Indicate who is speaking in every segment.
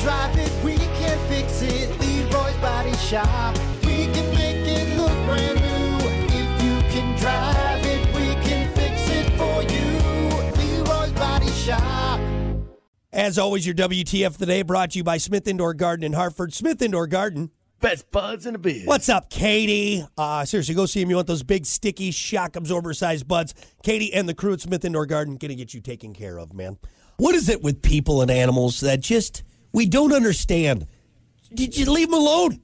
Speaker 1: drive it, we can fix it. Leroy's Body Shop. We can make it look brand new. If you can drive it, we can fix it for you. Leroy's Body Shop.
Speaker 2: As always, your WTF of the day brought to you by Smith Indoor Garden in Hartford. Smith Indoor Garden.
Speaker 3: Best buds in the biz.
Speaker 2: What's up, Katie? Uh, seriously, go see him. You want those big, sticky, shock absorber sized buds. Katie and the crew at Smith Indoor Garden going to get you taken care of, man. What is it with people and animals that just we don't understand? Did you leave them alone?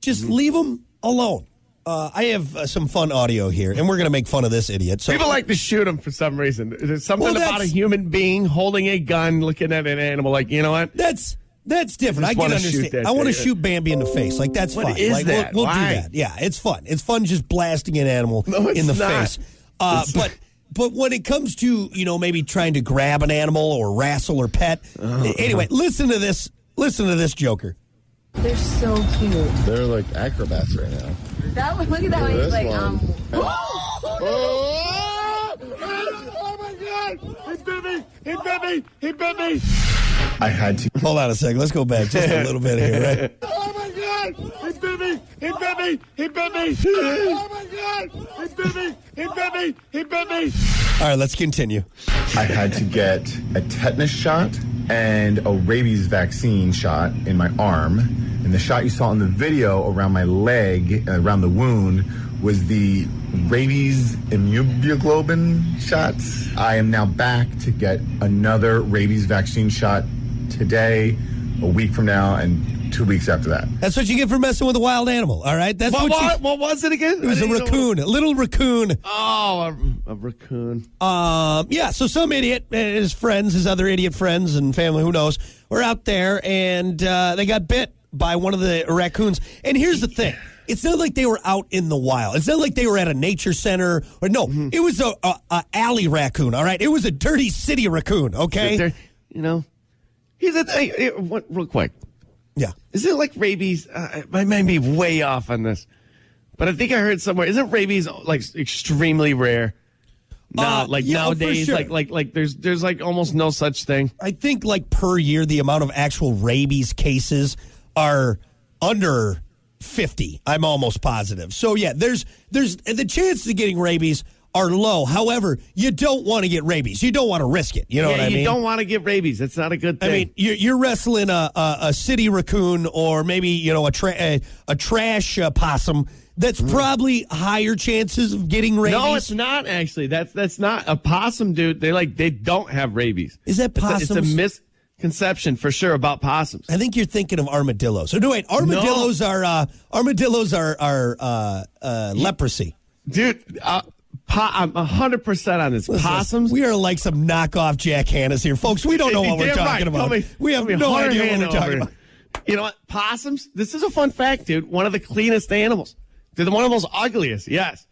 Speaker 2: Just leave them alone. Uh, I have uh, some fun audio here, and we're going to make fun of this idiot. So
Speaker 3: People like to shoot them for some reason. There's something
Speaker 2: Well,
Speaker 3: about a
Speaker 2: that's-
Speaker 3: human being holding a gun, looking at an animal, like you know what?
Speaker 2: That's that's different.
Speaker 3: I
Speaker 2: I,
Speaker 3: just
Speaker 2: can
Speaker 3: wanna shoot
Speaker 2: understand.
Speaker 3: that
Speaker 2: I want to
Speaker 3: thing.
Speaker 2: shoot Bambi in the face. Like that's
Speaker 3: What
Speaker 2: fun.
Speaker 3: is
Speaker 2: like,
Speaker 3: that?
Speaker 2: We'll, we'll do
Speaker 3: Why?
Speaker 2: that. Yeah, it's fun. It's fun just blasting an animal
Speaker 3: No, it's
Speaker 2: in the
Speaker 3: not.
Speaker 2: face. Uh,
Speaker 3: It's-
Speaker 2: but but when it comes to you know maybe trying to grab an animal or wrestle or pet.
Speaker 3: Oh.
Speaker 2: Anyway, listen to this. Listen to this Joker.
Speaker 4: They're so cute.
Speaker 5: They're like acrobats right now.
Speaker 4: That one, look at that one. He's
Speaker 5: This
Speaker 4: like,
Speaker 5: one.
Speaker 4: um,
Speaker 5: Oh! my god! He bit me! He bit me! He bit me! I had to.
Speaker 2: Hold on a second. Let's go back just a little bit here. Right?
Speaker 5: Oh my god! He bit me! He bit me! He bit me! Oh my god! He bit me! He bit me! He bit me!
Speaker 2: All right. Let's continue.
Speaker 5: I had to get a tetanus shot and a rabies vaccine shot in my arm. And the shot you saw in the video around my leg, uh, around the wound, was the rabies immunoglobulin shots. I am now back to get another rabies vaccine shot today, a week from now, and two weeks after that.
Speaker 2: That's what you get for messing with a wild animal. All right. That's what.
Speaker 3: What, what,
Speaker 2: you,
Speaker 3: what was it again?
Speaker 2: it was a raccoon, a little raccoon.
Speaker 3: Oh, a, a raccoon.
Speaker 2: Um, yeah, so some idiot, uh, his friends, his other idiot friends and family, who knows, were out there and uh, they got bit by one of the raccoons. And here's the thing it's not like they were out in the wild, it's not like they were at a nature center or no, it was a, a, a alley raccoon, all right? It was a dirty city raccoon, okay?
Speaker 3: They're- you know, here's the thing. eh, what, real quick,
Speaker 2: yeah.
Speaker 3: is it like rabies? Uh, I might be way off on this, but I think I heard somewhere. Isn't rabies like extremely rare? No,
Speaker 2: Uh,
Speaker 3: like
Speaker 2: yeah, for
Speaker 3: nowadays,
Speaker 2: sure.
Speaker 3: like like like there's there's like almost no such thing.
Speaker 2: I think like per year, the amount of actual rabies cases are under fifty. I'm almost positive. So yeah, there's there's the chances of getting rabies are low. However, you don't want to get rabies. You don't want to risk it. You know
Speaker 3: yeah,
Speaker 2: what I
Speaker 3: you
Speaker 2: mean?
Speaker 3: don't want to get rabies. That's not a good
Speaker 2: I
Speaker 3: thing.
Speaker 2: mean, you're, you're wrestling a, a, a city raccoon or maybe you know a tra- a, a trash uh, possum. That's probably higher chances of getting rabies.
Speaker 3: Mm. No, it's not actually. That's that's not a possum, dude. They like they don't have rabies.
Speaker 2: Is that
Speaker 3: It's a- It's a,
Speaker 2: possums? Uh,
Speaker 3: misconception for sure about possums.
Speaker 2: I think you're thinking of armadillos. So no, wait, armadillos are uh, armadillos are are uh, uh, leprosy.
Speaker 3: Dude, uh, po- I'm 100% on this. Possums?
Speaker 2: We are like some knockoff Jack Hannas here, folks. We don't know what we're
Speaker 3: Damn
Speaker 2: talking
Speaker 3: right.
Speaker 2: about.
Speaker 3: Tell me-
Speaker 2: we have
Speaker 3: tell me
Speaker 2: no
Speaker 3: Hunter
Speaker 2: idea what
Speaker 3: Hanna
Speaker 2: we're talking
Speaker 3: over
Speaker 2: about.
Speaker 3: here. You know what? Possums? This is a fun fact, dude. One of the cleanest animals. They're the one of the most ugliest, yes.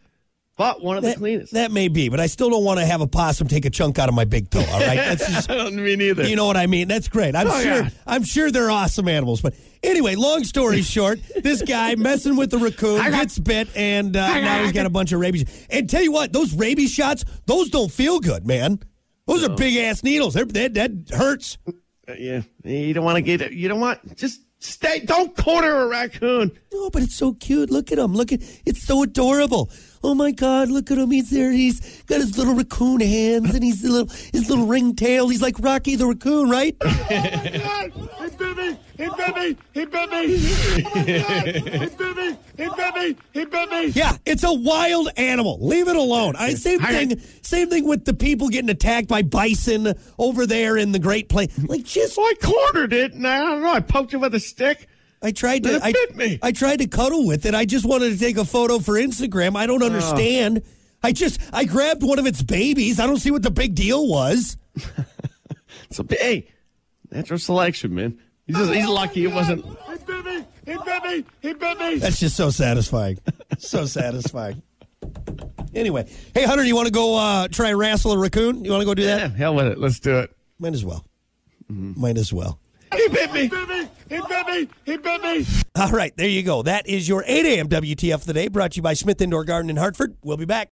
Speaker 3: But one of the
Speaker 2: That,
Speaker 3: cleanest.
Speaker 2: that may be, but I still don't want to have a possum take a chunk out of my big toe. All right, that's just
Speaker 3: I don't mean either.
Speaker 2: You know what I mean? That's great. I'm
Speaker 3: Oh,
Speaker 2: sure.
Speaker 3: yeah.
Speaker 2: I'm sure they're awesome animals. But anyway, long story short, this guy messing with the raccoon gets bit, and uh, now he's got a bunch of rabies. And tell you what, those rabies shots, those don't feel good, man. Those are big ass needles. They're, that that hurts.
Speaker 3: Uh, yeah. You don't want to get it. You don't want. Just stay. Don't corner a raccoon.
Speaker 2: No, but it's so cute. Look at him. Look at it's so adorable. Oh my God! Look at him. He's there. He's got his little raccoon hands, and he's a little his little ring tail. He's like Rocky the raccoon, right?
Speaker 5: He bit me! He bit me! He bit me! Oh my god! He bit me! He bit me! He bit me!
Speaker 2: Yeah, it's a wild animal. Leave it alone. I same
Speaker 3: All right.
Speaker 2: thing. Same thing with the people getting attacked by bison over there in the Great Plains. Like just,
Speaker 3: So I cornered it, and I don't know. I poked it with a stick.
Speaker 2: I tried to.
Speaker 3: It
Speaker 2: I,
Speaker 3: bit me.
Speaker 2: I tried to cuddle with it. I just wanted to take a photo for Instagram. I
Speaker 3: Oh.
Speaker 2: don't understand. I just, I grabbed one of its babies. I don't see what the big deal was.
Speaker 3: So hey, natural selection, man. He's just, he's lucky it wasn't.
Speaker 5: He bit me! He bit me! He bit me!
Speaker 2: That's just so satisfying. so satisfying. Anyway, hey Hunter, you want to go uh, try and wrestle a raccoon? You want to go do that?
Speaker 3: Yeah, hell with it. Let's do it.
Speaker 2: Might as well. Might as well.
Speaker 3: He bit me.
Speaker 5: bit me! He bit me! He bit me!
Speaker 2: All right, there you go. That is your 8 a.m. WTF of the day brought to you by Smith Indoor Garden in Hartford. We'll be back.